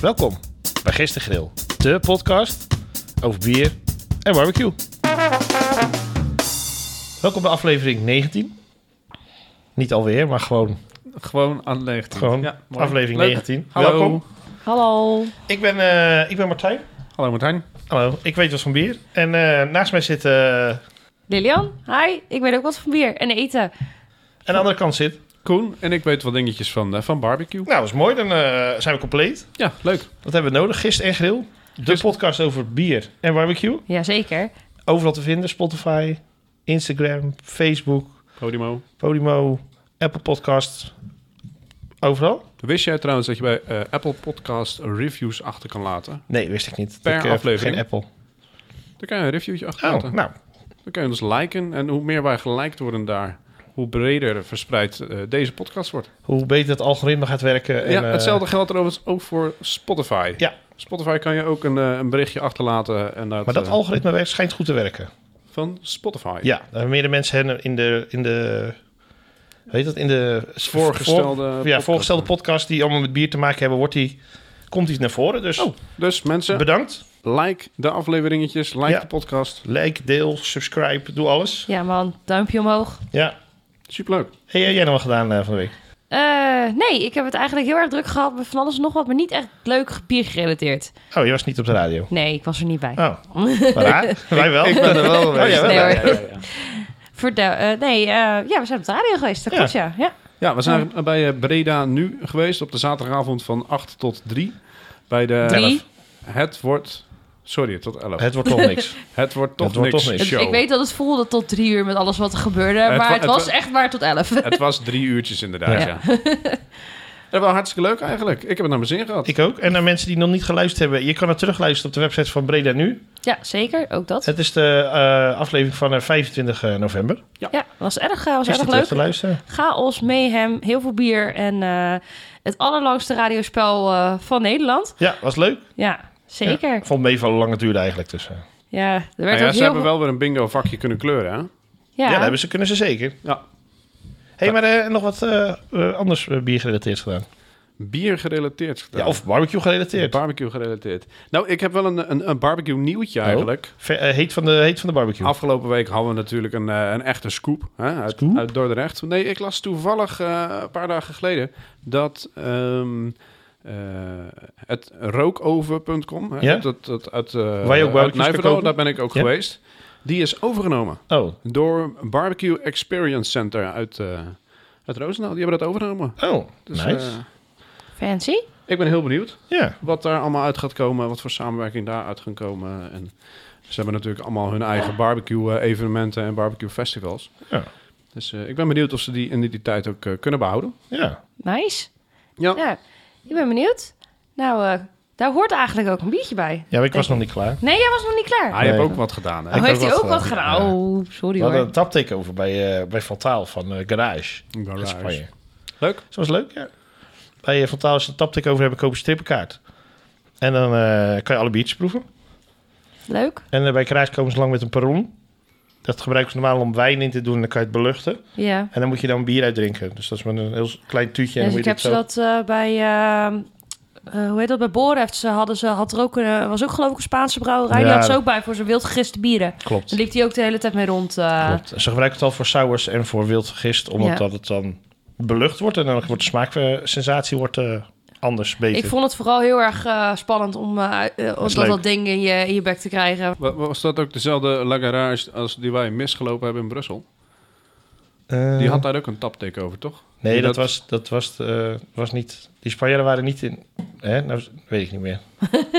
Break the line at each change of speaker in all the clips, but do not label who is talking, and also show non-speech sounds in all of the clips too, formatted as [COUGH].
Welkom bij Gistergrill, de podcast over bier en barbecue. Welkom bij aflevering 19. Niet alweer, maar gewoon,
Gewoon aan 19.
gewoon
Ja, mooi.
aflevering
Leuk.
19.
Hallo.
Welkom.
Hallo.
Ik ben, eh, ik ben Martijn.
Hallo Martijn.
Hallo, ik weet wat van bier. En eh, naast mij zit... eh,
Lilian, hi. Ik weet ook wat van bier en eten.
aan de andere kant zit...
Koen en ik weet wel dingetjes van, eh, van barbecue.
Nou, dat is mooi. Dan eh, zijn we compleet.
Ja, leuk.
Wat hebben we nodig? Gist en grill. De
Gist-
podcast over bier en barbecue.
Jazeker.
Overal te vinden. Spotify, Instagram, Facebook,
Podimo.
Podimo, Apple Podcast. Overal?
Wist jij trouwens dat je bij eh, Apple Podcast reviews achter kan laten?
Nee, wist ik niet.
Per
ik heb
aflevering?
Geen Apple.
Daar kan je een reviewtje achter
Oh,
laten.
nou.
Dan kan je ons liken. En hoe meer wij geliked worden daar, hoe breder verspreid eh, deze podcast wordt.
Hoe beter het algoritme gaat werken. En,
ja,
eh,
hetzelfde geldt overigens ook voor Spotify.
Ja.
Spotify kan je ook een, eh, een berichtje achterlaten. En dat,
maar dat
eh,
algoritme werkt, schijnt goed te werken.
Van Spotify.
Ja, daar hebben meerdere mensen hen in de... In de weet dat? In de...
Voorgestelde
voor- ja,
podcast.
voorgestelde podcast die allemaal met bier te maken hebben, wordt die, komt die naar voren. Dus
Oh, dus mensen,
bedankt.
like de afleveringetjes, like
Ja.
de podcast.
Like, deel, subscribe, doe alles.
Ja man, duimpje omhoog.
Ja.
Superleuk.
Hey, jij nog wat gedaan eh, van de week?
Eh, nee, ik heb het eigenlijk heel erg druk gehad met van alles en nog wat, maar niet echt leuk bier gerelateerd.
Oh, je was niet op de radio.
Nee, ik was er niet bij.
Oh, maar raar. wij wel.
Ik ben er wel geweest.
Oh, jij wel?
Nee, hoor.
ja, ja.
[LAUGHS] Vertel, eh, nee eh, ja, we zijn op de radio geweest. Dat
Ja.
klopt, ja. ja.
Ja, we zijn bij eh, Breda nu geweest op de zaterdagavond van 8 tot 3. Bij de
Drie.
Het wordt... Sorry, tot 11. Het,
Het wordt toch niks.
wordt toch
Het wordt
niks
toch niks.
Het-
show.
ik weet dat het voelde tot drie uur met alles wat er gebeurde,
Het
maar
wa-
het
het
was
wa-
echt maar tot elf. [LAUGHS]
Het was drie uurtjes inderdaad,
Ja.
ja. ja. Dat was hartstikke leuk eigenlijk. Ik heb het naar mijn zin gehad. Nou
Ik ook. En aan mensen die nog niet geluisterd hebben, je kan het terugluisteren op de website van Breda Nu.
ja, zeker. Ook dat.
Het is de eh, aflevering van eh, 25 november.
Ja, was erg, eh, was
Dus
erg
terug te
leuk.
luisteren.
Chaos, mayhem, heel veel bier en eh, het allerlangste radiospel eh, van Nederland.
Ja, was leuk.
Ja, zeker.
Ik vond meevallen lang het duurde eigenlijk. Dus, eh.
Ja, er werd
Nou ja,
ook
ze
heel
hebben
veel-
wel weer een bingo vakje kunnen kleuren, hè?
ja,
Ja,
dat hebben ze, kunnen ze zeker.
Ja.
hey, maar eh, nog wat eh, eh, anders eh, bier gerelateerd gedaan.
Bier gerelateerd.
Ja, of barbecue gerelateerd.
Barbecue gerelateerd. Nou, ik heb wel een, een, een barbecue nieuwtje eigenlijk.
Ver- eh, heet, van de, heet van de barbecue.
Afgelopen week hadden we natuurlijk een, eh, een echte scoop, hè, uit,
Scoop?
uit Dordrecht. Nee, ik las toevallig eh, een paar dagen geleden dat ehm, eh, het rookoven.com, hè,
Ja?
dat, dat, uit, eh,
ook
uit
barbecues kan
Nijverdal,
kopen?
daar ben ik ook
Ja?
geweest, die is overgenomen
Oh.
door Barbecue Experience Center uit, eh uit Roosendaal. Die hebben dat overgenomen.
Oh,
Dus,
nice.
eh,
fancy.
ik ben heel benieuwd
ja.
wat daar allemaal uit gaat komen, wat voor samenwerking daaruit gaan komen. En ze hebben natuurlijk allemaal hun eigen barbecue-evenementen en barbecue-festivals.
Ja.
Dus eh, ik ben benieuwd of ze die identiteit ook eh, kunnen behouden.
ja.
Nice.
Ja,
Ja, ik ben benieuwd. Nou, eh, daar hoort eigenlijk ook een biertje bij.
Ja, Ah, maar ik was nog niet klaar.
Nee, jij was nog niet klaar.
hij heeft
Nee.
ook wat gedaan. Hè?
oh, heeft hij ook wat
gedaan,
gedaan?
ja.
Oh, sorry
We
hoor.
hadden een tapteken over bij, eh bij Fantaal van eh, Garage.
Garage.
Uit Spanje.
Leuk.
Dus dat was leuk, ja. Bij eh, Fantaal als je een tapteken over hebben, koop je een strippenkaart. En dan eh, kan je alle biertjes proeven.
Leuk.
En eh, bij Garage komen ze lang met een perron. Dat gebruiken ze normaal om wijn in te doen en dan kan je het beluchten.
Ja.
En dan moet je dan bier uitdrinken. Dus dat is met een heel klein tuutje. En
Dus
dan
ik
moet je
heb
dit
ze
zo...
dat eh, bij, eh, eh, hoe heet dat, bij Boreft. Ze hadden ze, had er ook een, eh, was ook geloof ik een Spaanse brouwerij.
Ja.
Die had ze ook bij voor zijn wild gegiste bieren.
Klopt.
Daar liep hij ook de hele tijd mee rond. eh.
Klopt. En Ze gebruiken het al voor sours en voor wild gist. Omdat
Ja.
dat het dan belucht wordt. En dan wordt de smaaksensatie wordt, eh, anders, beter.
Ik vond het vooral heel erg eh, spannend om eh, eh, om
is leuk.
dat, dat ding in je, in je bek te krijgen.
Wa- Was dat ook dezelfde La Garage als die wij misgelopen hebben in Brussel?
Eh,
Die had daar ook een tapteken over,
[LAUGHS]
toch?
Nee,
Die
dat, was, dat was, eh, was niet... Die Spanjaarden waren niet in... Hè? Nou, weet ik niet meer.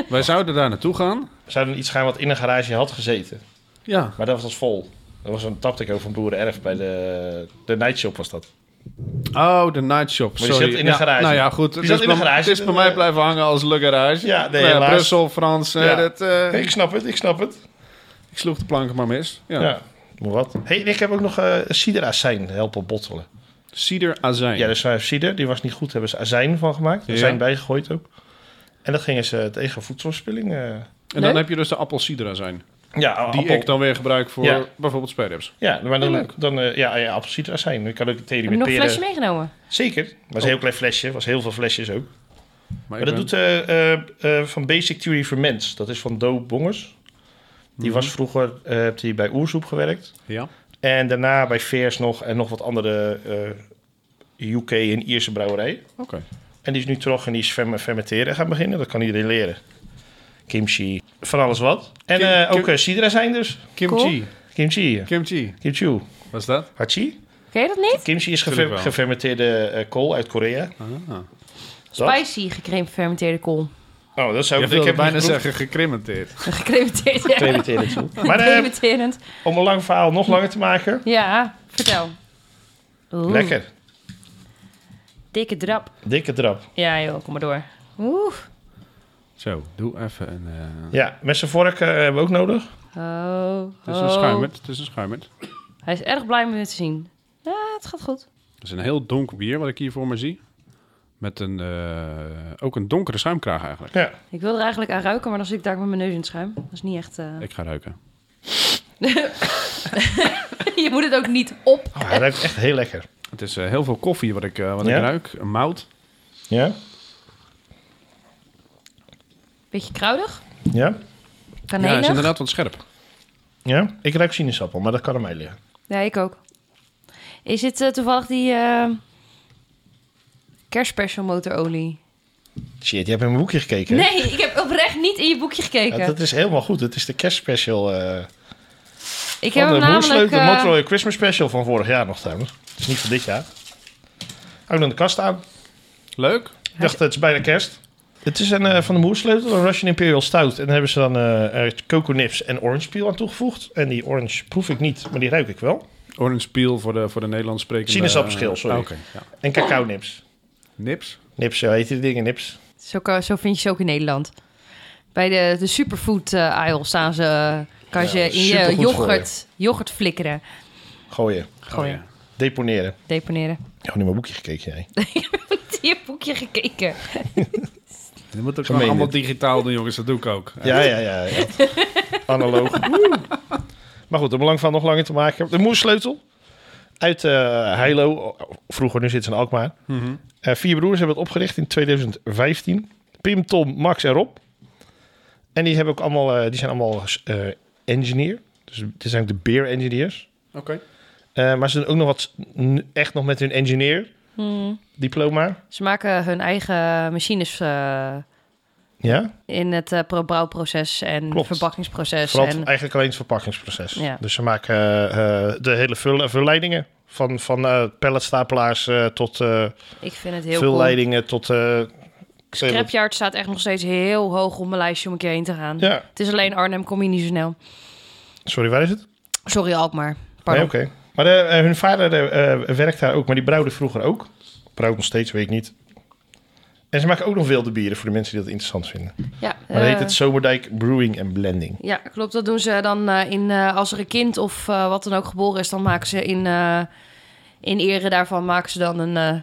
Wij zouden daar naartoe gaan.
We zouden iets gaan wat in een garage had gezeten.
Ja.
Maar dat was vol. Dat was een taptek over van Boeren Erf bij de, de nightshop was dat.
Oh, de night shop.
Maar die
Sorry.
zat in de
Ja,
garage.
Nou ja, goed.
Die
Het is,
zat in de
bij-
garage.
het is bij mij blijven hangen als Le Garage.
Ja, nee,
Nou
helaas.
Brussel, Frans. eh,
Ja.
dat, eh,
ik snap het, ik snap het.
Ik sloeg de plank maar mis. Ja.
Ja. Maar wat? hey, en ik heb ook nog eh ciderazijn helpen bottelen.
Cider azijn.
Ja, dus uh, cider, die was niet goed, hebben ze azijn van gemaakt.
Ja.
Azijn bijgegooid ook. En dat gingen ze tegen voedselverspilling. eh,
en dan
Leuk.
heb je dus de appelcider azijn.
ja,
Die
appel-
ik dan weer gebruik voor
Ja.
bijvoorbeeld sperrips.
Ja, maar
Ja,
dan,
leuk.
dan eh, ja, ja, appelciderazijn. Ik kan ook thee
Heb
met
je nog een
peren.
flesje meegenomen?
Oh.
Zeker. was een heel klein flesje. was heel veel flesjes ook. Maar dat doet eh, eh, eh, van Basic Theory for Mens. Dat is van Do Bongers.
Mhm.
Die was vroeger eh, heeft hij bij Oersoep gewerkt.
Ja.
En daarna bij Veers nog en nog wat andere eh, UK en Ierse brouwerijen.
Oké.
En die is nu terug en die is ferm- fermenteren gaan beginnen. Dat kan iedereen leren. Kimchi, van alles wat. En
Kim-
eh, ook
kim-
eh, sidra zijn dus.
Kimchi.
Kimchi.
Kimchi.
Kimchi.
Wat is dat?
Hachi.
Ken je dat niet?
Kimchi is
Tuurlijk
gefer-
wel.
gefermenteerde eh, kool uit Korea.
Ah.
Dat?
Spicy gecremeerd fermenteerde kool. [LAUGHS]
Oh, dat zou
Ik
ik, ik
wilde
heb
bijna
bijna zeggen.
zeggen gecrementeerd.
Gecremeerd, ja.
Maar eh,
Gecremeterend.
om een lang verhaal nog langer te maken.
Ja, vertel. Oeh,
Lekker.
Dikke drap.
Dikke drap.
Ja joh, kom maar door. Oeh.
Zo, doe even een... eh,
Ja, met zijn vork eh, hebben we ook nodig.
Oh,
Het is een
oh.
schuimert. Het is een schuimert.
Hij is erg blij om het te zien. Ja, het gaat goed.
Het is een heel donker bier wat ik hier voor me zie. Met een, eh, ook een donkere schuimkraag eigenlijk.
Ja.
Ik wil er eigenlijk aan ruiken, maar dan zit ik daar met mijn neus in het schuim. Dat is niet echt... eh,
Ik ga ruiken.
[LAUGHS] je moet het ook niet op.
Oh, hij ruikt echt heel lekker.
Het is eh, heel veel koffie wat ik, eh, wat
Ja?
ik ruik. Een mout.
Ja?
Beetje kruidig.
Ja?
Ja, het is
Kanelig. Ja,
inderdaad wat scherp.
Ja? Ik ruik sinaasappel, maar dat kan aan mij liggen.
ik ook. Is dit eh, toevallig die eh kerstspecial motorolie?
Shit, je hebt in mijn boekje gekeken. hè?
Nee, ik heb oprecht niet in je boekje gekeken.
Ja, dat is helemaal goed. Het is de kerstspecial. eh
ik
van
heb hem
de
namelijk...
Moersleutel
eh,
Motorola Christmas Special van vorig jaar nog trouwens. Het is niet van dit jaar. Hou dan de kast aan.
Leuk.
Ik dacht, het is bijna kerst. Het is een, eh, van de Moersleutel, een Russian Imperial Stout. En daar hebben ze dan eh eh, coconuts en orange peel aan toegevoegd. En die orange proef ik niet, maar die ruik ik wel.
Orange peel voor de, voor de Nederlands sprekende...
Sinaasappelschil, sorry.
Ah, Oké, ja.
En cacao nips.
Nips.
Nips, zo heet die dingen, nips.
Zo, kan- zo vind je ze ook in Nederland. Bij de, de superfood eh, aisle staan ze. eh, Kan
Ja,
je in je
supergoed Oh,
yoghurt, yoghurt flikkeren.
Gooien,
Gewoon
Oh, ja.
deponeren. [LAUGHS]
deponeren.
Ja, nu mijn boekje gekeken jij.
Die heb boekje gekeken.
Je moet ook
Gemeen
allemaal
dit.
digitaal doen, jongens. Dat doe ik
[LAUGHS]
ook.
Ja, ja, ja. echt. Analoog. [LAUGHS] Oeh. Maar goed, om lang van nog langer te maken. De moersleutel uit eh Heilo. Vroeger, nu zit ze in Alkmaar.
Mhm.
Eh, vier broers hebben het opgericht in 2015. Pim, Tom, Max en Rob. En die, hebben ook allemaal, eh, die zijn allemaal eh, engineer. Dus dit zijn ook de beer engineers.
Oké.
Eh, maar ze doen ook nog wat, n- echt nog met hun engineer
Hmm.
diploma.
Ze maken hun eigen machines eh,
Ja,
in het eh, pro- brouwproces en
Klopt.
verpakkingsproces.
vooral
en,
eigenlijk alleen het verpakkingsproces.
Ja.
Dus ze maken eh, eh, de hele vul verleidingen. Van, van eh, palletstapelaars eh, tot eh
ik vind het heel cool. Mhm.
vulleidingen tot... eh,
Scrapyard staat echt nog steeds heel hoog op mijn lijstje om een keer heen te gaan.
ja,
Het is alleen Arnhem, kom je niet zo snel.
sorry, waar is het?
Sorry Alkmaar.
Nee,
Pardon.
oké. Maar eh, eh, hun vader eh, eh, werkt daar ook, maar die brouwde vroeger ook. Brouwt nog steeds, weet ik niet. En ze maken ook nog wilde bieren voor de mensen die dat interessant vinden.
Ja,
Maar dat
eh,
heet het Zomerdijk Brewing en Blending.
Ja, klopt. Dat doen ze dan eh, in, eh, als er een kind of eh, wat dan ook geboren is, dan maken ze in, eh, in ere daarvan maken ze dan een eh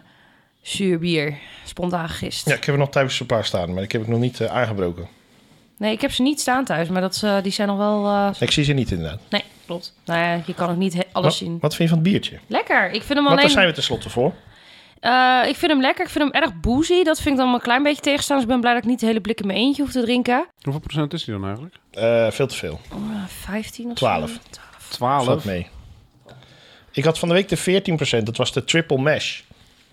zuur bier, spontaan gegist.
Ja, ik heb er nog thuis een paar staan, maar ik heb het nog niet eh, aangebroken.
Nee, ik heb ze niet staan thuis, maar dat ze, die zijn nog wel... eh,
Ik zie ze niet inderdaad.
Nee, klopt. Nou ja, je kan ook niet he-
Wat,
alles zien.
wat vind je van het biertje?
Lekker. Ik vind hem
Want daar
alleen...
zijn we tenslotte voor.
Eh, ik vind hem lekker. Ik vind hem erg boozy. Dat vind ik dan een klein beetje tegenstaan. Dus ik ben blij dat ik niet de hele blik in mijn eentje hoef te drinken.
Hoeveel procent is die dan eigenlijk?
Eh, veel te veel.
Oh, 15 of
Twaalf.
zo.
Valt
12.
mee. Ik had van de week de 14%. Dat was de triple mash.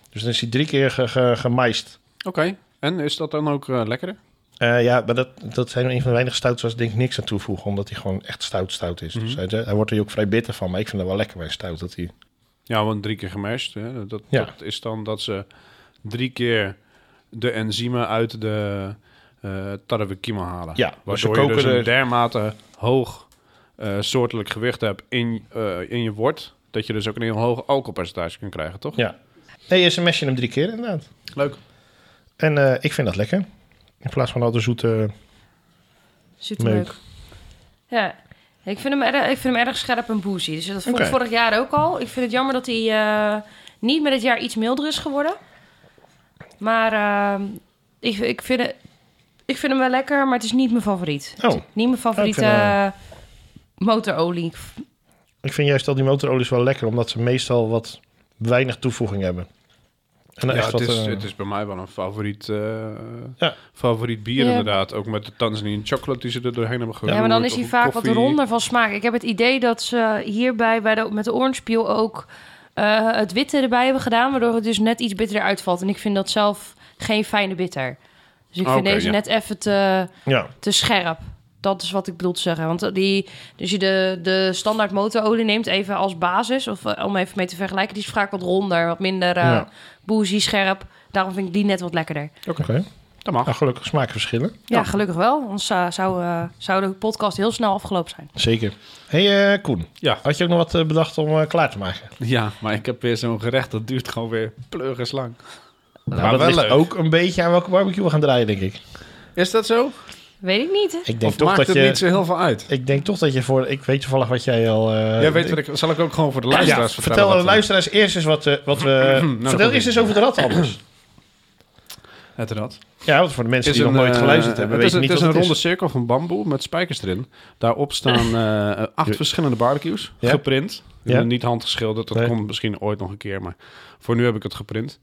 Dus dan is hij drie keer ge, ge- gemaist.
Oké. En is dat dan ook eh, lekkerder?
Eh, ja, maar dat, dat zijn een van de weinige stouts waar ze denk ik niks aan toevoegen. Omdat hij gewoon echt stout stout is.
Mhm.
Dus hij, hij wordt er ook vrij bitter van. Maar ik vind dat wel lekker bij een stout. Dat hij,
Ja, want drie keer gemashed. Hè? Dat,
Ja.
dat is dan dat ze drie keer de enzymen uit de eh tarwekiemen halen.
Ja, dus ze
waardoor je dus
koken
een
er-
dermate hoog eh, soortelijk gewicht hebt in, eh, in je wort... dat je dus ook een heel hoog alcoholpercentage kunt krijgen, toch?
ja. Nee, ze meshen hem drie keer inderdaad.
Leuk.
En eh, ik vind dat lekker. In plaats van al de zoete...
Super leuk. Ja. Ik vind, hem erg, ik vind hem erg scherp en boozy. Dus dat vond ik
Oké.
vorig jaar ook al. Ik vind het jammer dat hij eh, niet met het jaar iets milder is geworden. Maar ehm, ik, ik, vind het, ik vind hem wel lekker, maar het is niet mijn favoriet.
Oh,
Niet mijn favoriete
vind hem-
eh, motorolie. Ik v-
ik vind juist al die motorolies wel lekker. Omdat ze meestal wat weinig toevoeging hebben. En dan
ja,
echt wat,
het, is,
eh,
het is bij mij wel een favoriet, eh,
Ja.
favoriet bier
Ja.
inderdaad. Ook met de Tanzanian chocolate die ze er doorheen hebben
Ja,
geroerd.
maar dan is
of
hij vaak
koffie.
wat ronder van smaak. Ik heb het idee dat ze hierbij bij de, met de orange peel ook eh, het witte erbij hebben gedaan, waardoor het dus net iets bitterder uitvalt. En ik vind dat zelf geen fijne bitter. Dus ik
Ah,
vind
oké,
deze
ja.
net even te,
ja.
te scherp. Dat is wat ik bedoel te zeggen. Want die, dus je de, de standaard motorolie neemt even als basis, of eh, om even mee te vergelijken, die is vaak wat ronder, wat minder eh
Ja.
boozy, scherp. Daarom vind ik die net wat lekkerder.
Oké.
Dat mag.
Nou, gelukkig smaakverschillen.
Ja,
Ja.
gelukkig wel. Anders eh, zou, eh, zou de podcast heel snel afgelopen zijn.
Zeker. Hé eh, Koen,
Ja.
had je ook nog wat eh, bedacht om eh, klaar te maken?
Ja, maar ik heb weer zo'n gerecht dat duurt gewoon weer pleuris lang.
Nou, dat
wel
ligt
leuk.
ook een beetje aan welke barbecue we gaan draaien, denk ik.
Is dat zo?
Weet ik niet.
Ik denk,
Of
toch
maakt
dat
het niet
je,
zo heel veel uit?
ik denk toch dat je voor... Ik weet toevallig wat jij al... eh,
Jij weet wat ik... Zal ik ook gewoon voor de
Ja,
luisteraars vertellen?
vertel aan de
wat, eh, Nou,
luisteraars eerst eens wat, eh, wat
[CLEARS THROAT]
we...
dat
vertel
komt
eerst eens
ie.
over de rat
[CLEARS THROAT]
anders.
Het rad.
ja, want voor de mensen
Het
die nog nooit
eh,
geluisterd hebben,
het is,
weten
een-
niet
het is
wat
een
het
ronde
is.
cirkel van bamboe met spijkers erin. Daarop
[LAUGHS]
staan eh, acht
Je-
verschillende barbecues,
Ja.
geprint.
Ja.
Niet handgeschilderd, dat
Nee.
komt misschien ooit nog een keer, maar voor nu heb ik het geprint.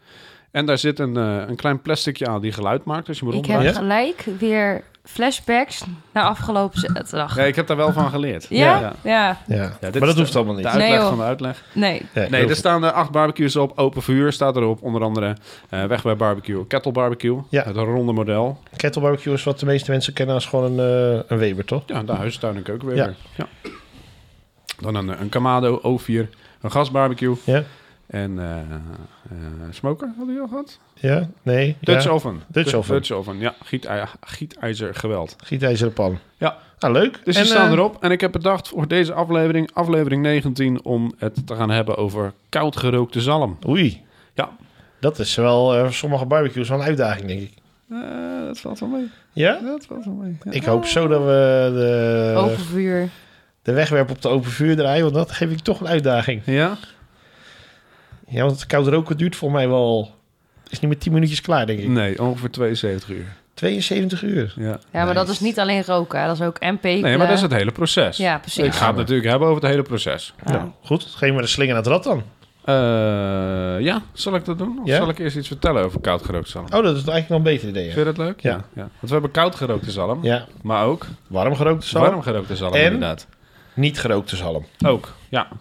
En daar zit een, eh, een klein plasticje aan die geluid maakt als je hem
Ik
ronddraait.
Ja.
heb gelijk weer flashbacks naar afgelopen zaterdag.
Ja, ik heb daar wel van geleerd.
Ja?
ja.
Ja.
Ja.
dit
maar dat
is
hoeft allemaal niet.
De uitleg
Nee, joh.
van de uitleg.
Nee.
Nee,
heel
er
goed.
staan er acht barbecues op. Open vuur staat erop. Onder andere eh weg bij barbecue, kettle barbecue.
Ja.
Het ronde model.
Kettle barbecue is wat de meeste mensen kennen als gewoon een, eh, een Weber, toch?
Ja, de huistuin en keuken weer.
Ja.
Ja. Dan een, een Kamado O4. Een gasbarbecue.
Ja?
En eh, eh, smoker, hadden jullie al gehad?
Ja? Nee?
Dutch
ja?
oven.
Dutch
Du-
oven.
Dutch oven, ja. Gietij- gietijzer geweld.
Gietijzeren pan.
Ja.
Ah, leuk.
Dus die
En,
staan
eh,
erop. En ik heb bedacht voor deze aflevering, aflevering 19, om het te gaan hebben over koud gerookte zalm.
Oei.
Ja.
Dat is wel eh, voor sommige barbecues wel een uitdaging, denk ik.
Eh, dat valt wel mee.
Ja?
Dat valt wel mee. Ja.
Ik hoop zo dat we
Eh, Oh.
Open
de,
vuur.
de wegwerp op de open vuur draaien, want dat geef ik toch een uitdaging.
ja?
Ja, want het koud roken duurt voor mij wel... is niet meer 10 minuutjes klaar, denk ik.
Nee, ongeveer 72 uur.
72 uur.
Ja.
Ja, maar dat
Nice.
is niet alleen roken. hè. Dat is ook MP.
Nee, maar dat is het hele proces.
eh, Ja,
Ik
precies.
ga het natuurlijk hebben over het hele proces.
Ja.
Nou, goed. Geef maar de slinger aan het rad dan.
Eh, ja, zal ik dat doen? Of
Ja?
zal ik eerst iets vertellen over koud gerookte zalm?
Oh, dat is eigenlijk nog een beter idee.
Vind
Ja.
je dat leuk?
Ja.
Want we hebben koud gerookte zalm,
Ja,
maar ook
warm gerookte zalm.
warm gerookte zalm
En?
inderdaad.
Niet gerookte zalm.
Ook, ja.
[LAUGHS]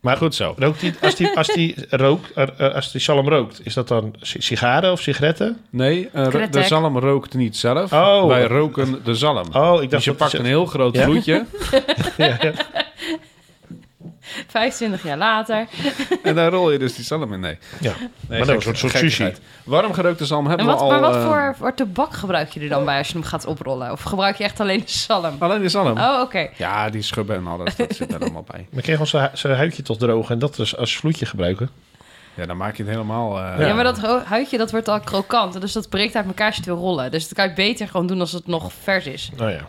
Maar
Goed zo.
Rookt die, als, die, als, die rook, er- er- als die zalm rookt, is dat dan si- sigaren of sigaretten?
Nee, eh, ro- de
Kretek.
zalm rookt niet zelf.
Oh.
Wij roken de zalm.
Oh, ik
dus
dacht
je
dat
pakt een heel groot
Ja? [LAUGHS]
vloedje
25 jaar later.
en daar rol je dus die zalm in. Nee,
Ja,
nee
maar dat is een soort sushi.
gekkigheid. Warm gerookte zalm
En
hebben
wat,
we al...
maar wat
eh,
voor, voor tabak gebruik je er dan bij als je hem gaat oprollen? Of gebruik je echt alleen de zalm?
Alleen de zalm.
Oh, oké.
Ja, die schubben en alles, dat zit er allemaal
[LAUGHS]
bij.
Dan kun je gewoon zijn hu- zijn huidje tot drogen en dat dus als vloedje gebruiken.
Ja, dan maak je het helemaal... eh,
Ja. maar dat ho- huidje dat wordt al krokant. Dus dat breekt uit elkaar als je het wil rollen. Dus dat kan je beter gewoon doen als het nog vers is.
Nou ja.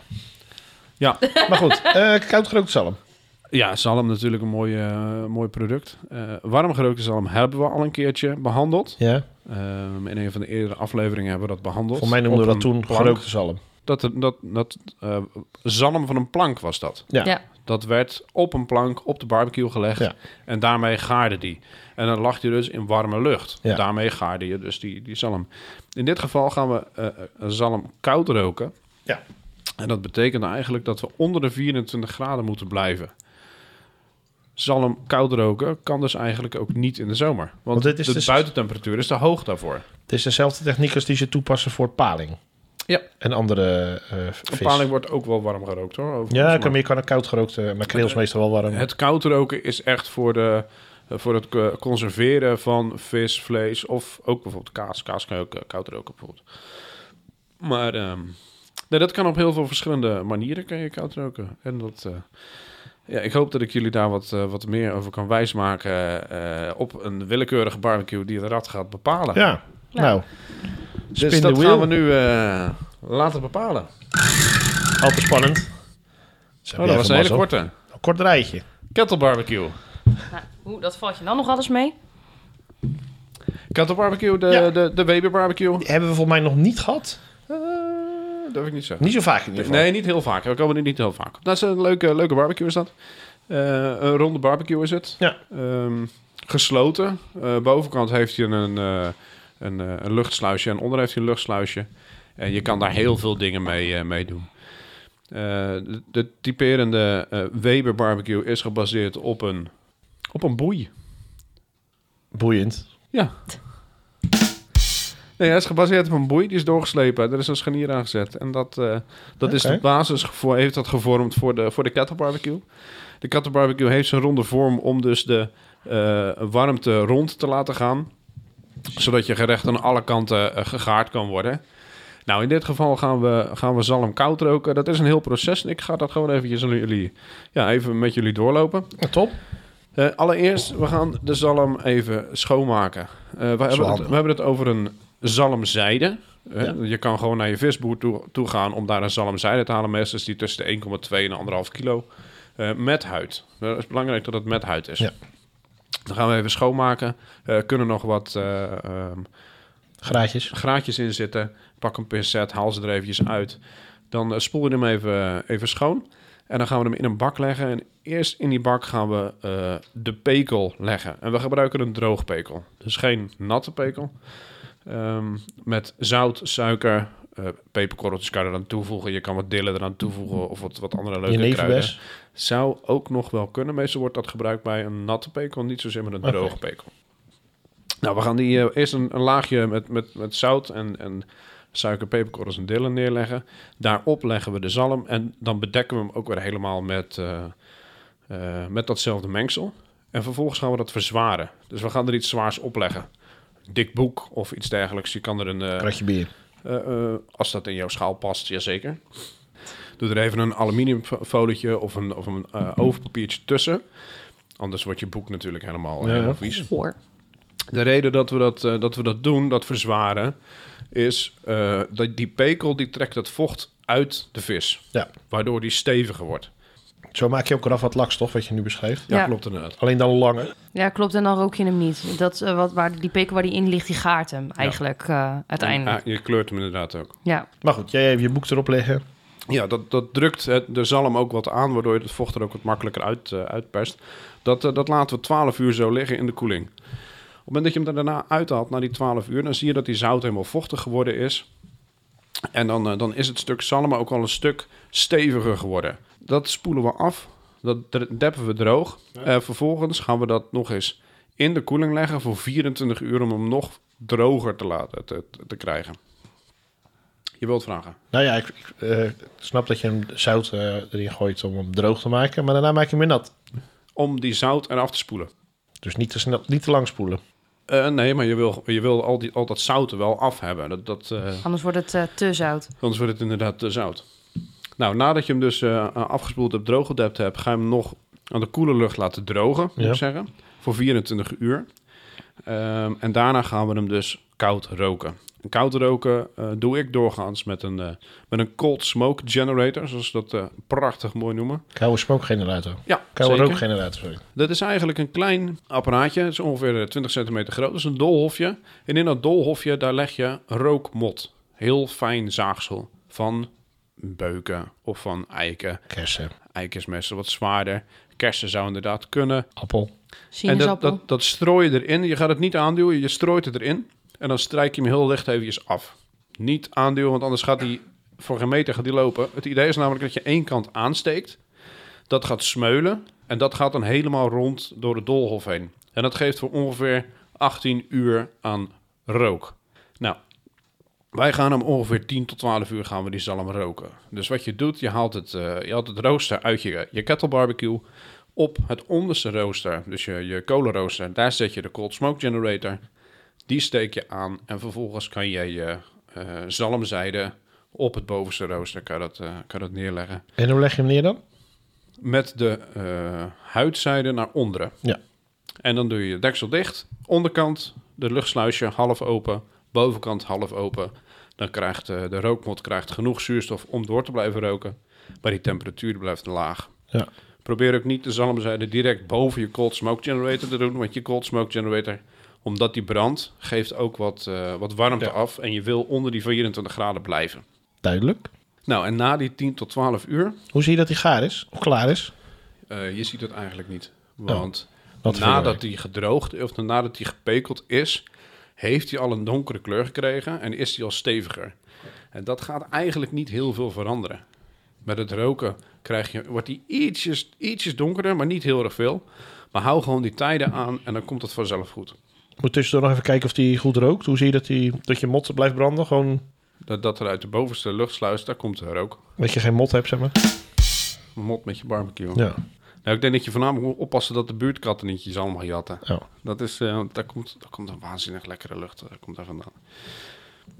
Ja.
[LAUGHS] Maar goed, eh koud gerookte zalm.
Ja, zalm natuurlijk een mooi, eh, mooi product. Eh warm gerookte zalm hebben we al een keertje behandeld.
Ja,
Ehm, in een van de eerdere afleveringen hebben we dat behandeld.
voor mij noemden we
Op
dat
een
toen
plank.
gerookte zalm.
Dat, er- dat, dat eh, zalm van een plank was dat.
Ja.
Ja.
Dat werd op een plank op de barbecue gelegd.
Ja.
En daarmee gaarde die. En dan lag je dus in warme lucht.
Ja.
Daarmee gaarde je dus die, die zalm. In dit geval gaan we eh, eh, zalm koud roken.
Ja.
En dat betekent eigenlijk dat we onder de 24 graden moeten blijven. Zalm koud roken kan dus eigenlijk ook niet in de zomer.
Want
Want,
dit is
de
dus-
buitentemperatuur is te hoog daarvoor.
Het is dezelfde techniek als die ze toepassen voor paling.
Ja.
En andere eh vis.
Paling wordt ook wel warm gerookt hoor. overigens,
Ja,
maar-
kan, maar je kan een koud gerookte, eh, maar kreel is meestal wel warm.
Eh, Het koud roken is echt voor, de, eh, voor het eh, conserveren van vis, vlees of ook bijvoorbeeld kaas. Kaas kan je ook eh, koud roken bijvoorbeeld. Maar ehm, nee, dat kan op heel veel verschillende manieren kan je koud roken. En dat, eh, ja, ik hoop dat ik jullie daar wat, eh, wat meer over kan wijsmaken eh, op een willekeurige barbecue die de rat gaat bepalen.
Ja, nou,
dus
spin
dat
the
gaan we
wheel.
nu eh, laten bepalen.
al te spannend. Dus heb
Oh,
jij
dat was
even
een
mazzel.
hele korte.
Een kort rijtje.
Kettle barbecue.
Nou, hoe, dat valt je dan nog alles mee?
Kettle barbecue, de,
Ja.
de, de Weber barbecue.
Die hebben we volgens mij nog niet gehad.
Dat durf ik niet zo.
Niet zo vaak in ieder geval.
Nee, niet heel vaak. We komen er niet heel vaak op. Dat is een leuke, leuke barbecue is dat. Eh, een ronde barbecue is het.
Ja.
Ehm, gesloten. Eh, bovenkant heeft hij een, eh, een, eh, een luchtsluisje en onder heeft hij een luchtsluisje. En je kan daar heel veel dingen mee, eh, mee doen. Eh, de, de typerende eh, Weber barbecue is gebaseerd op een, op een boei.
Boeiend.
Ja. Nee, hij is gebaseerd op een boei, die is doorgeslepen. Er is een scharnier aangezet. En dat, eh, dat is
Oké.
de basis, voor, heeft dat gevormd voor de, voor de kettle barbecue. De kettle barbecue heeft zijn ronde vorm om dus de eh, warmte rond te laten gaan. Zodat je gerecht aan alle kanten eh, gegaard kan worden. Nou, in dit geval gaan we, gaan we zalm koud roken. Dat is een heel proces en ik ga dat gewoon eventjes aan jullie, ja, even met jullie doorlopen.
top.
Eh, allereerst, we gaan de zalm even schoonmaken. Eh, we, hebben het,
handig.
we hebben het over een zalmzijde. Eh,
Ja.
Je kan gewoon naar je visboer toe, toe gaan om daar een zalmzijde te halen. Meestal is die tussen de 1,2 en 1,5 kilo. eh, met huid. Het is belangrijk dat het met huid is.
Ja.
Dan gaan we even schoonmaken. Eh kunnen nog wat eh, ehm,
Graadjes.
graatjes in zitten. Pak een pincet, haal ze er eventjes uit. Dan eh, spoel je hem even, even schoon. En dan gaan we hem in een bak leggen. En eerst in die bak gaan we eh, de pekel leggen. En we gebruiken een droog pekel. Dus geen natte pekel. Ehm, met zout, suiker, eh peperkorreltjes kan je eraan toevoegen. Je kan wat dillen eraan toevoegen of wat, wat andere leuke kruiden.
Jeneverbes.
Zou ook nog wel kunnen. Meestal wordt dat gebruikt bij een natte pekel, niet zozeer met een
Oké.
droge pekel. Nou, we gaan die eh, eerst een, een laagje met, met, met zout en, en suiker, peperkorrels en dillen neerleggen. Daarop leggen we de zalm en dan bedekken we hem ook weer helemaal met, eh, eh, met datzelfde mengsel. En vervolgens gaan we dat verzwaren. Dus we gaan er iets zwaars opleggen. Dik boek of iets dergelijks. Je kan er een, eh,
Kratje bier.
eh, eh, als dat in jouw schaal past, jazeker. Doe er even een aluminiumfolietje of een, of een eh overpapiertje tussen. Anders wordt je boek natuurlijk helemaal, eh,
Ja,
helemaal
ja.
vies.
Voor.
De reden dat we dat, eh, dat we dat doen, dat verzwaren, is eh, dat die pekel die trekt dat vocht uit de vis.
Ja.
Waardoor die steviger wordt.
Zo maak je ook eraf wat laks, toch? Wat je nu beschrijft.
Ja,
Ja.
klopt inderdaad.
Alleen dan langer.
Ja, klopt. En dan rook je hem niet. Dat, eh, wat, waar, die pekel waar die in ligt, die gaart hem eigenlijk eh, uiteindelijk.
En, ah, je kleurt hem inderdaad ook.
Ja.
Maar goed, jij hebt je boek erop leggen.
Ja, dat, dat drukt het, de zalm ook wat aan, waardoor je het vocht er ook wat makkelijker uit, eh, uitperst. Dat, eh, dat laten we 12 uur zo liggen in de koeling. Op het moment dat je hem er daarna uithaalt, na die 12 uur, dan zie je dat die zout helemaal vochtig geworden is. En dan, eh, dan is het stuk zalm ook al een stuk steviger geworden. Dat spoelen we af, dat dr- deppen we droog. Eh, vervolgens gaan we dat nog eens in de koeling leggen voor 24 uur om hem nog droger te, laten, te, te- te krijgen. Je wilt vragen?
Nou ja, ik, ik, eh, ik snap dat je hem zout eh, erin gooit om hem droog te maken. Maar daarna maak je hem weer nat.
Om die zout eraf te spoelen.
Dus niet te, snel, niet te lang spoelen.
Eh, nee, maar je wil, je wil al, die, al dat zout er wel af hebben. Dat, dat, eh,
Anders wordt het eh, te zout.
anders wordt het inderdaad te zout. Nou, nadat je hem dus eh, afgespoeld hebt, drooggedept hebt, ga je hem nog aan de koele lucht laten drogen, moet
Ja.
ik zeggen. Voor 24 uur. Ehm, en daarna gaan we hem dus koud roken. En Koud roken eh, doe ik doorgaans met een, eh, met een cold smoke generator, zoals ze dat eh, prachtig mooi noemen.
Koude smokegenerator.
Ja,
Koude
zeker.
rookgenerator, sorry.
Dat is eigenlijk een klein apparaatje. Het is ongeveer eh, 20 centimeter groot. Dat is een dolhofje. En in dat dolhofje, daar leg je rookmot. Heel fijn zaagsel van beuken of van eiken.
Kersen,
Eiken is meestal wat zwaarder. Kersen zou inderdaad kunnen.
appel.
En dat,
Sinaasappel.
dat, dat strooi je erin. Je gaat het niet aanduwen. Je strooit het erin. En dan strijk je hem heel licht eventjes af. Niet aanduwen, want anders gaat die voor geen meter gaat die lopen. Het idee is namelijk dat je één kant aansteekt. Dat gaat smeulen. En dat gaat dan helemaal rond door het doolhof heen. En dat geeft voor ongeveer 18 uur aan rook. Nou, wij gaan hem ongeveer 10 tot 12 uur gaan we die zalm roken. Dus wat je doet, je haalt het, eh, je haalt het rooster uit je, je kettle barbecue op het onderste rooster, dus je, je kolenrooster, daar zet je de cold smoke generator. Die steek je aan en vervolgens kan je je eh, zalmzijde op het bovenste rooster kan je dat, eh, kan je dat neerleggen.
En hoe leg je hem neer dan?
Met de eh, huidzijde naar onderen.
Ja.
En dan doe je je deksel dicht, onderkant, de luchtsluisje half open, bovenkant half open. Dan krijgt eh, de rookmot krijgt genoeg zuurstof om door te blijven roken, maar die temperatuur blijft laag.
Ja.
Probeer ook niet de zalmzijde direct boven je cold smoke generator te doen. Want je cold smoke generator, omdat die brandt, geeft ook wat, eh, wat warmte
Ja.
af. En je wil onder die 24 graden blijven.
Duidelijk.
Nou, en na die 10 tot 12 uur,
Hoe zie je dat hij gaar is? Of klaar is? Oh.
eh, je ziet het eigenlijk niet. Want
Wat voor
nadat die gedroogd of nadat die gepekeld is, heeft hij al een donkere kleur gekregen en is hij al steviger. En dat gaat eigenlijk niet heel veel veranderen. Met het roken krijg je, wordt die ietsjes, ietsjes donkerder, maar niet heel erg veel. Maar hou gewoon die tijden aan en dan komt het vanzelf goed.
Moet tussendoor nog even kijken of die goed rookt. Hoe zie je dat, die, dat je mot blijft branden? Gewoon
Dat, dat er uit de bovenste luchtsluis, daar komt er ook.
dat je geen mot hebt, zeg maar.
Mot met je barbecue.
Ja.
Nou, ik denk dat je voornamelijk moet oppassen dat de buurtkatten niet je allemaal jatten.
Ja.
Dat is, eh, want daar, komt, daar komt een waanzinnig lekkere lucht eh, komt daar vandaan.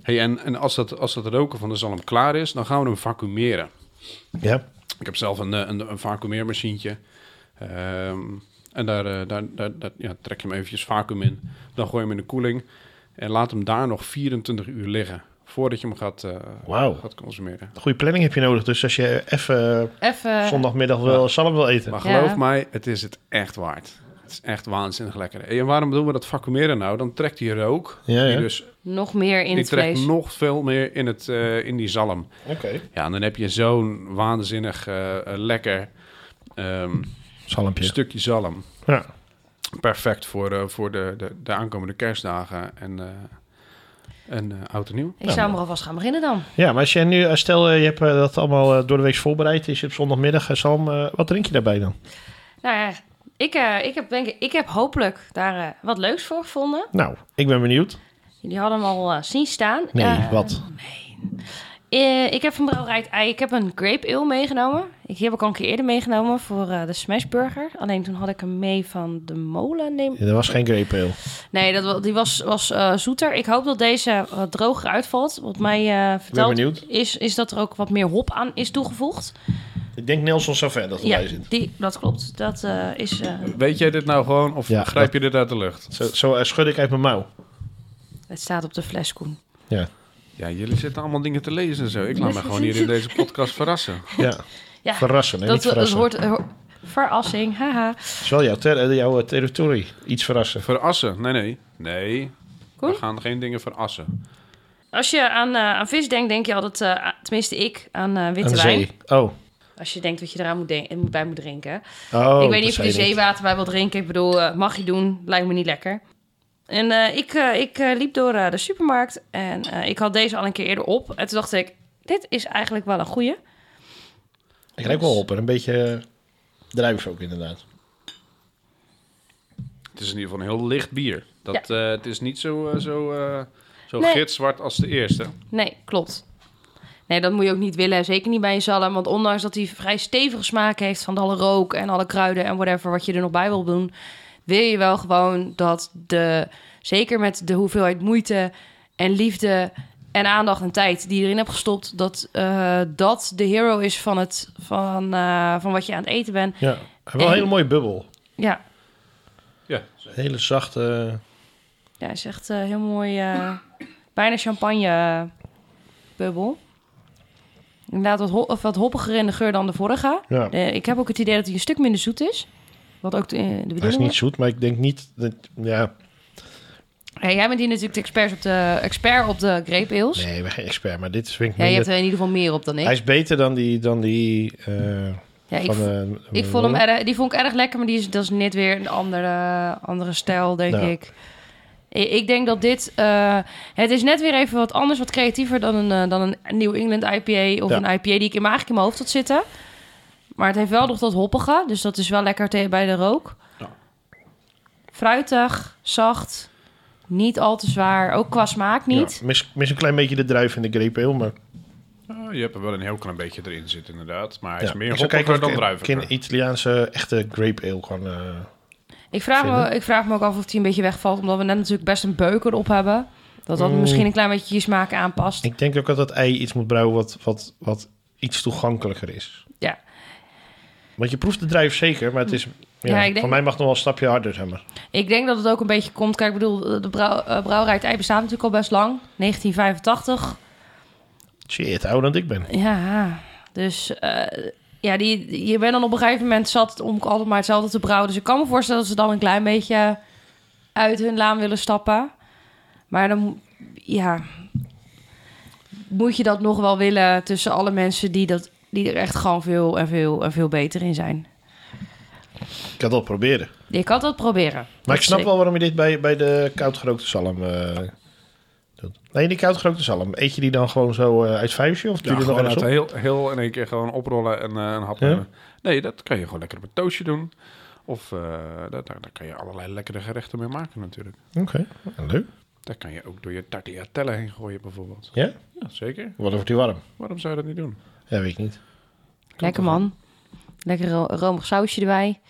Hey, en en als, dat, als dat roken van de zalm klaar is, dan gaan we hem vacuumeren.
ja.
Ik heb zelf een, eh, een, een vacuumeermachientje. Ehm, en daar, eh, daar, daar, daar- ja, trek je hem eventjes vacuüm in. Dan gooi je hem in de koeling. En laat hem daar nog 24 uur liggen. Voordat je hem gaat, eh,
Wauw.
gaat consumeren.
Goede planning heb je nodig. Dus als je even
Even.
zondagmiddag wil, salm wil eten.
Maar
Ja.
geloof mij, het is het echt waard. Het is echt waanzinnig lekker. Hey, En waarom doen we dat vacuumeren nou? Dan trekt die rook.
Ja, ja.
Die, dus,
Nog meer in
die
het
trekt
vlees.
nog veel meer in, het, eh, in die zalm.
Oké.
Ja, en dan heb je zo'n waanzinnig eh, eh, lekker ehm,
Salmpje.
stukje zalm.
Ja.
Perfect voor, eh, voor de, de, de aankomende kerstdagen en, eh, en eh, oud en nieuw.
Ik zou maar alvast gaan beginnen dan.
ja, maar als je nu, eh, stel eh, je hebt eh, dat allemaal eh, door de week voorbereid, is je op zondagmiddag en salm, eh, wat drink je daarbij dan?
Nou ja, ik, eh, ik, heb, denk ik, ik heb hopelijk daar eh, wat leuks voor gevonden.
Nou, ik ben benieuwd.
Jullie hadden hem al eh, zien staan.
Nee,
Eh,
wat?
eh, ik heb van Brouwerij het Ei, ik heb een grape ale meegenomen. Ik die heb ik al een keer eerder meegenomen voor eh, de smashburger. Alleen toen had ik hem mee van de molen. Neem...
Ja, er was geen grape ale.
Nee, dat, wa- die was, was eh, zoeter. Ik hoop dat deze wat droger uitvalt. Wat mij eh, verteld
benieuwd.
is, is dat er ook wat meer hop aan is toegevoegd.
Ik denk Nelson Savin dat
Ja,
erbij zit.
die, dat klopt. Dat eh, is... eh,
Weet jij dit nou gewoon of
Ja,
grijp je dit uit de lucht?
Zo, zo eh, schud ik uit mijn mouw.
het staat op de fles, Koen.
Ja.
Ja, jullie zitten allemaal dingen te lezen en zo. Ik laat me gewoon hier in deze podcast verrassen.
ja.
Ja,
Verrassen, hè?
dat,
niet
dat
verrassen.
wordt... eh, ho- Verrassing, haha.
Het is wel jouw, ter- eh, jouw eh, territorie. Iets verrassen.
Verassen? Nee, nee. Nee.
Koen?
We gaan geen dingen verassen.
Als je aan, eh, aan vis denkt, denk je altijd, eh, aan- tenminste ik, aan eh, witte
Aan de
wijn.
zee. Oh.
Als je denkt dat je eraan moet den- en bij moet drinken.
oh.
ik weet niet
dat
of je
zei
er zeewater bij wil drinken. Ik bedoel, eh, mag je doen, lijkt me niet lekker. En eh, ik, eh, ik eh, liep door eh, de supermarkt en eh, ik had deze al een keer eerder op. En toen dacht ik, dit is eigenlijk wel een goeie.
Ik ruik wel op en een beetje eh, druif ook inderdaad.
Het is in ieder geval een heel licht bier. Dat, eh, het is niet zo, eh, zo, eh, zo
Nee.
gitzwart als de eerste.
Nee, klopt. Nee, dat moet je ook niet willen. Zeker niet bij een zalm. Want ondanks dat hij vrij stevige smaak heeft van alle rook en alle kruiden en whatever wat je er nog bij wil doen, wil je wel gewoon dat de, zeker met de hoeveelheid moeite en liefde en aandacht en tijd die je erin hebt gestopt, dat eh, dat de hero is van, het, van, eh, van wat je aan het eten bent.
Ja. En wel een
En-
hele mooie bubbel.
Ja,
Ja.
Hele zachte...
ja is echt eh, heel mooi. eh, bijna champagne eh, bubbel. Inderdaad, wat, ho of wat hoppiger in de geur dan de vorige.
Ja.
Eh, ik heb ook het idee dat hij een stuk minder zoet is. Wat ook de, eh, de
Hij is
bedoeling
niet
is.
zoet, maar ik denk niet... Dat, ja,
Ja, jij bent hier natuurlijk de expert op de, expert op de grape ales.
nee, ik ben geen expert, maar dit vind ik
Ja, je
minder-
hebt er in ieder geval meer op dan ik.
Hij is beter dan die... Dan die eh,
ja, ik,
van,
vo-
eh,
ik vond hem
Molle.
erg, die vond ik erg lekker, maar die is, dat is net weer een andere, andere stijl, denk
Ja.
ik. I- Ik denk dat dit... eh, het is net weer even wat anders, wat creatiever dan een, eh, dan een New England IPA... of
Ja.
een IPA die ik in mijn, eigenlijk in mijn hoofd had zitten. Maar het heeft wel nog dat hoppige, dus dat is wel lekker te- bij de rook.
Ja.
Fruitig, zacht, niet al te zwaar. Ook qua smaak niet.
Ja, mis, mis een klein beetje de druif in de grape ale, maar...
Eh, je hebt er wel een heel klein beetje erin zitten inderdaad. Maar hij is
ja.
meer
Ik zou kijken
hoppiger
of
dan
ik een-
druiven.
een Italiaanse echte grape ale kan... eh,
Ik vraag, me,
vinden.
ik vraag me ook af of die een beetje wegvalt, omdat we net natuurlijk best een beuker op hebben. Dat dat
Mm.
misschien een klein beetje je smaak aanpast.
Ik denk ook dat dat ei iets moet brouwen wat, wat, wat iets toegankelijker is.
Ja.
Want je proeft de druif zeker, maar het is... Ja,
Ja, ik denk-
Van mij mag nog wel een stapje harder, zeg maar.
Ik denk dat het ook een beetje komt. Kijk, ik bedoel, de brouw, eh, brouwerij Het Ei bestaat natuurlijk al best lang. 1985.
Shit, ouder dan ik ben.
Ja, dus eh, ja, die, je bent dan op een gegeven moment zat om altijd maar hetzelfde te brouwen. Dus ik kan me voorstellen dat ze dan een klein beetje uit hun laan willen stappen. Maar dan, mo- ja, moet je dat nog wel willen tussen alle mensen die, dat, die er echt gewoon veel en veel en veel beter in zijn.
Oké, kan dat proberen.
Je kan dat proberen. Dus
Maar
Dat
ik snap
is-
wel waarom je dit bij, bij de koudgerookte zalm eh, doet. Nee, die koudgerookte zalm. Eet je die dan gewoon zo eh, uit vuistje? Of doe
Ja,
je er nog
gewoon
ergens
uit
op?
heel, heel in één keer gewoon oprollen en eh, een hap
Ja?
nemen. Nee, dat kan je gewoon lekker op een toastje doen. Of eh, daar, daar, daar kan je allerlei lekkere gerechten mee maken natuurlijk.
Oké, nou, leuk.
Daar kan je ook door je tagliatelle heen gooien bijvoorbeeld.
Ja?
Ja, zeker.
Wat wordt die warm?
Waarom zou je dat niet doen?
Ja, weet ik niet.
Lekker man. Lekker ro- romig sausje erbij.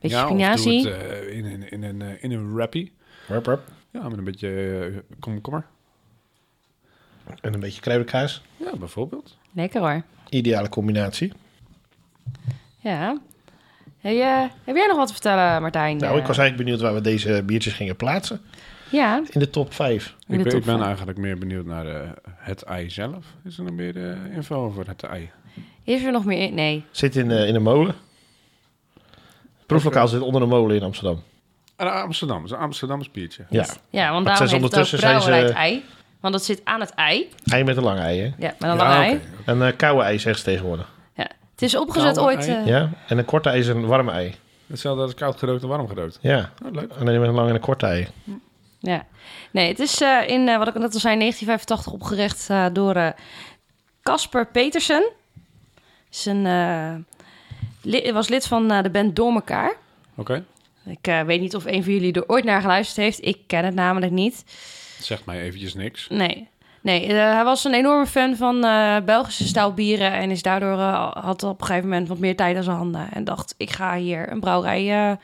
Beetje
ja, of
spinazie.
doe het, eh, in, in, in, een, eh, in een wrappie.
Rup, rup.
Ja, met een beetje eh, komkommer.
En een beetje kruidenkaas.
Ja, bijvoorbeeld.
Lekker hoor.
Ideale combinatie.
Ja. Hey, eh, heb jij nog wat te vertellen, Martijn?
Nou,
Eh,
ik was eigenlijk benieuwd waar we deze biertjes gingen plaatsen.
Ja,
In de top 5.
In de
Ik ben,
top
ik ben
vijf.
eigenlijk meer benieuwd naar eh, het ei zelf. Is er nog meer eh, info over het ei?
is er nog meer? in- Nee.
Zit in, eh, in een molen. Proeflokaal zit onder de molen in Amsterdam.
Ah, Amsterdam, het is een Amsterdams biertje.
Ja.
Ja, want
het is
daarom heet het ook
ondertussen zijn ze-
brouwerij het ei. Want dat zit aan het ei.
Ei met een lang ei, hè?
Ja, met
Ja,
een lang ei.
oké.
Een eh, koude ei, zegt ze tegenwoordig.
Ja. Het is opgezet
Koude
ooit.
ei.
eh,
Ja? En een korte ei is een warm ei.
Hetzelfde als koud gerookt en warm gerookt.
Ja.
Oh, leuk.
Alleen met een lang en een kort ei.
Ja. Nee, het is eh, in, eh, wat ik net al zei, 1985 opgericht eh, door eh, Casper Petersen. Is een, eh, li- was lid van eh, de band Door Mekaar.
Oké,
Ik eh, weet niet of een van jullie er ooit naar geluisterd heeft. Ik ken het namelijk niet.
zegt mij eventjes niks.
Nee. Nee, eh, hij was een enorme fan van eh, Belgische staalbieren en is daardoor eh, had op een gegeven moment wat meer tijd aan zijn handen en dacht ik ga hier een brouwerij eh,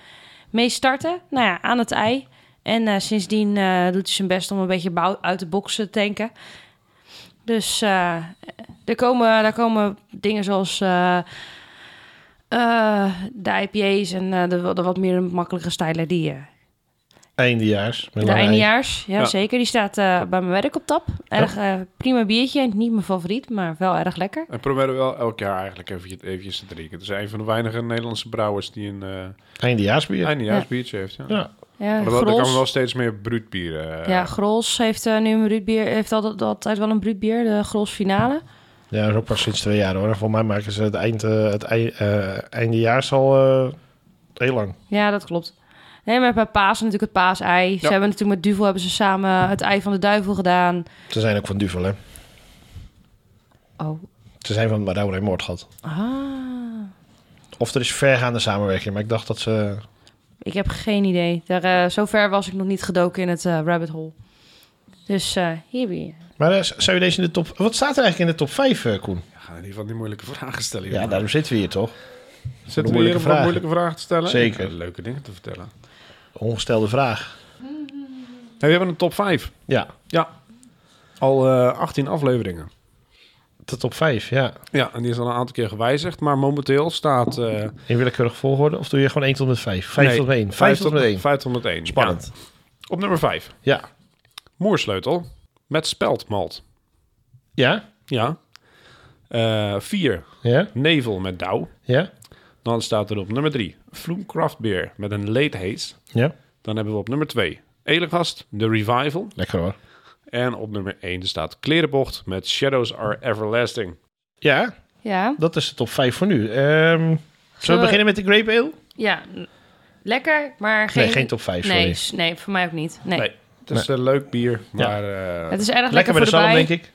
mee starten. Nou ja, aan het ei. En eh, sindsdien eh, doet hij zijn best om een beetje bou- uit de box te tanken. Dus eh, er, komen, daar komen dingen zoals eh, eh, de IPA's en eh, de, de wat meer makkelijke stijlen die eh,
Eindejaars. Met
de
lang ei.
eindejaars, ja,
Ja.
zeker. Die staat eh, bij mijn werk op tap. Erg eh, prima biertje. Niet mijn favoriet, maar wel erg lekker.
En proberen wel elk jaar eigenlijk eventjes, eventjes te drinken. Het is een van de weinige Nederlandse brouwers die een eh
Eindejaarsbier.
eindejaars biertje heeft. Ja.
Ja.
Ja,
Alhoewel, er
Grols,
komen wel steeds meer bruutbieren. eh,
ja, Grols heeft eh, nu een bruutbier. Heeft altijd, altijd wel een bruutbier, de Grols finale.
ja, dat is ook pas sinds twee jaar hoor. Volgens mij maken ze het, eind, eh, het ei- eh, eindejaars al eh, heel lang.
Ja, dat klopt. Nee, maar bij Paas natuurlijk het paasei. Ze
Ja.
hebben natuurlijk met Duvel hebben ze samen het ei van de duivel gedaan.
Ze zijn ook van Duvel, hè?
Oh,
Ze zijn van Marouwer en Moordgat.
ah.
Of er is vergaande samenwerking, maar ik dacht dat ze...
Ik heb geen idee. Daar, eh, zover was ik nog niet gedoken in het eh, rabbit hole. Dus eh, hier ben je.
Maar eh, zou je deze in de top... Wat staat er eigenlijk in de top 5, Koen?
Ja, ga in ieder geval die moeilijke vragen stellen.
Ja,
joh.
daarom zitten we hier toch?
Zitten we
moeilijke
hier om wat
vragen.
moeilijke vragen te stellen?
Zeker.
En leuke dingen te vertellen. Nee,
Ongestelde vraag.
we hebben een top 5.
Ja,
Ja. Al eh 18 afleveringen.
de top 5, ja.
Ja, en die is al een aantal keer gewijzigd. Maar momenteel staat... eh
In willekeurig volgorde? Of doe je gewoon 1 tot met 5? 5 tot met 1. 5 tot met 1.
5 tot met 1.
Spannend.
Op nummer 5.
Ja.
Moersleutel. Met speldmalt.
Ja?
Ja. 4.
Ja?
nevel met dauw.
Ja?
Dan staat er op nummer 3. Vloem Craft Beer met een late haze.
Ja?
Dan hebben we op nummer 2. Elegast, The Revival.
Lekker hoor.
En op nummer 1 staat Klerenbocht met Shadows Are Everlasting.
Ja,
Ja.
dat is de top 5 voor nu. Ehm, zullen
Zullen
we
we-
beginnen met de Grape Ale?
Ja, n- lekker, maar geen...
geen top vijf,
nee,
sorry.
s- Nee, voor mij ook niet. Nee.
Nee, het is een leuk bier, maar eh,
Het is erg lekker,
Lekker
voor
met de
de bij.
zalm, denk ik.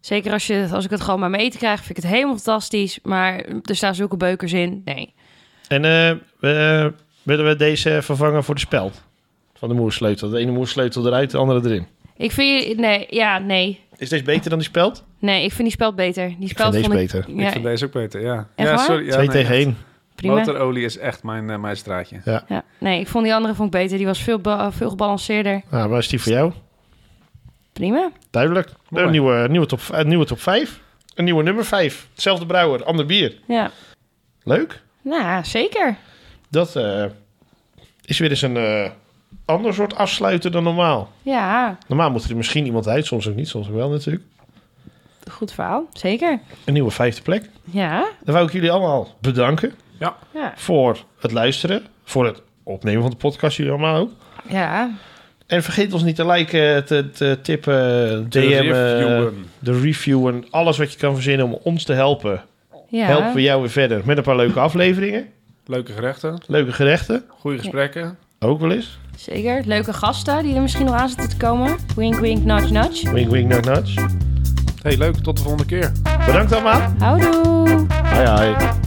Zeker als, je, als ik het gewoon bij me eten krijg, vind ik het helemaal fantastisch. Maar er staan zulke beukers in. Nee.
En eh, we, eh, willen we deze vervangen voor de speld? Van de moersleutel. De ene moersleutel eruit, de andere erin.
Ik vind... je- Nee, ja, nee.
Is deze beter dan die speld?
Nee, ik vind die speld beter. Die
Ik
speld
vind deze
vond
beter.
ik
Ja,
vind deze ook beter, ja.
Echt
ja,
waar?
sorry. Ja,
Twee
nee,
tegen één.
prima.
Motorolie is echt mijn, eh, mijn straatje.
Ja, nee, ik vond die andere vond ik beter. Die was veel, ba- veel gebalanceerder.
Nou, waar is die voor jou?
Prima.
Duidelijk.
Mooi.
Een nieuwe, nieuwe, top, een nieuwe top 5. Een nieuwe nummer 5. Hetzelfde brouwer, ander bier.
Ja.
Leuk.
Nou, ja, zeker.
Dat eh, is weer eens een eh, ander soort afsluiter dan normaal.
Ja,
Normaal moet er misschien iemand uit, soms ook niet, soms ook wel natuurlijk.
goed verhaal. Zeker.
Een nieuwe vijfde plek.
Ja.
Dan wou ik jullie allemaal bedanken
Ja.
voor het luisteren, voor het opnemen van de podcast, jullie allemaal ook.
Ja.
En vergeet ons niet te liken, te, te tippen,
De
DM'en,
reviewen.
de reviewen, alles wat je kan verzinnen om ons te helpen.
Ja.
Helpen we jou weer verder met een paar leuke afleveringen.
Leuke gerechten,
Leuke gerechten,
goede gesprekken.
ook wel eens.
Zeker. Leuke gasten die er misschien nog aan zitten te komen. Wink, wink, nudge, nudge.
Wink, wink, nudge, nudge.
Hey, leuk. Tot de volgende keer.
Bedankt allemaal.
Houdoe!
Hoi, hoi.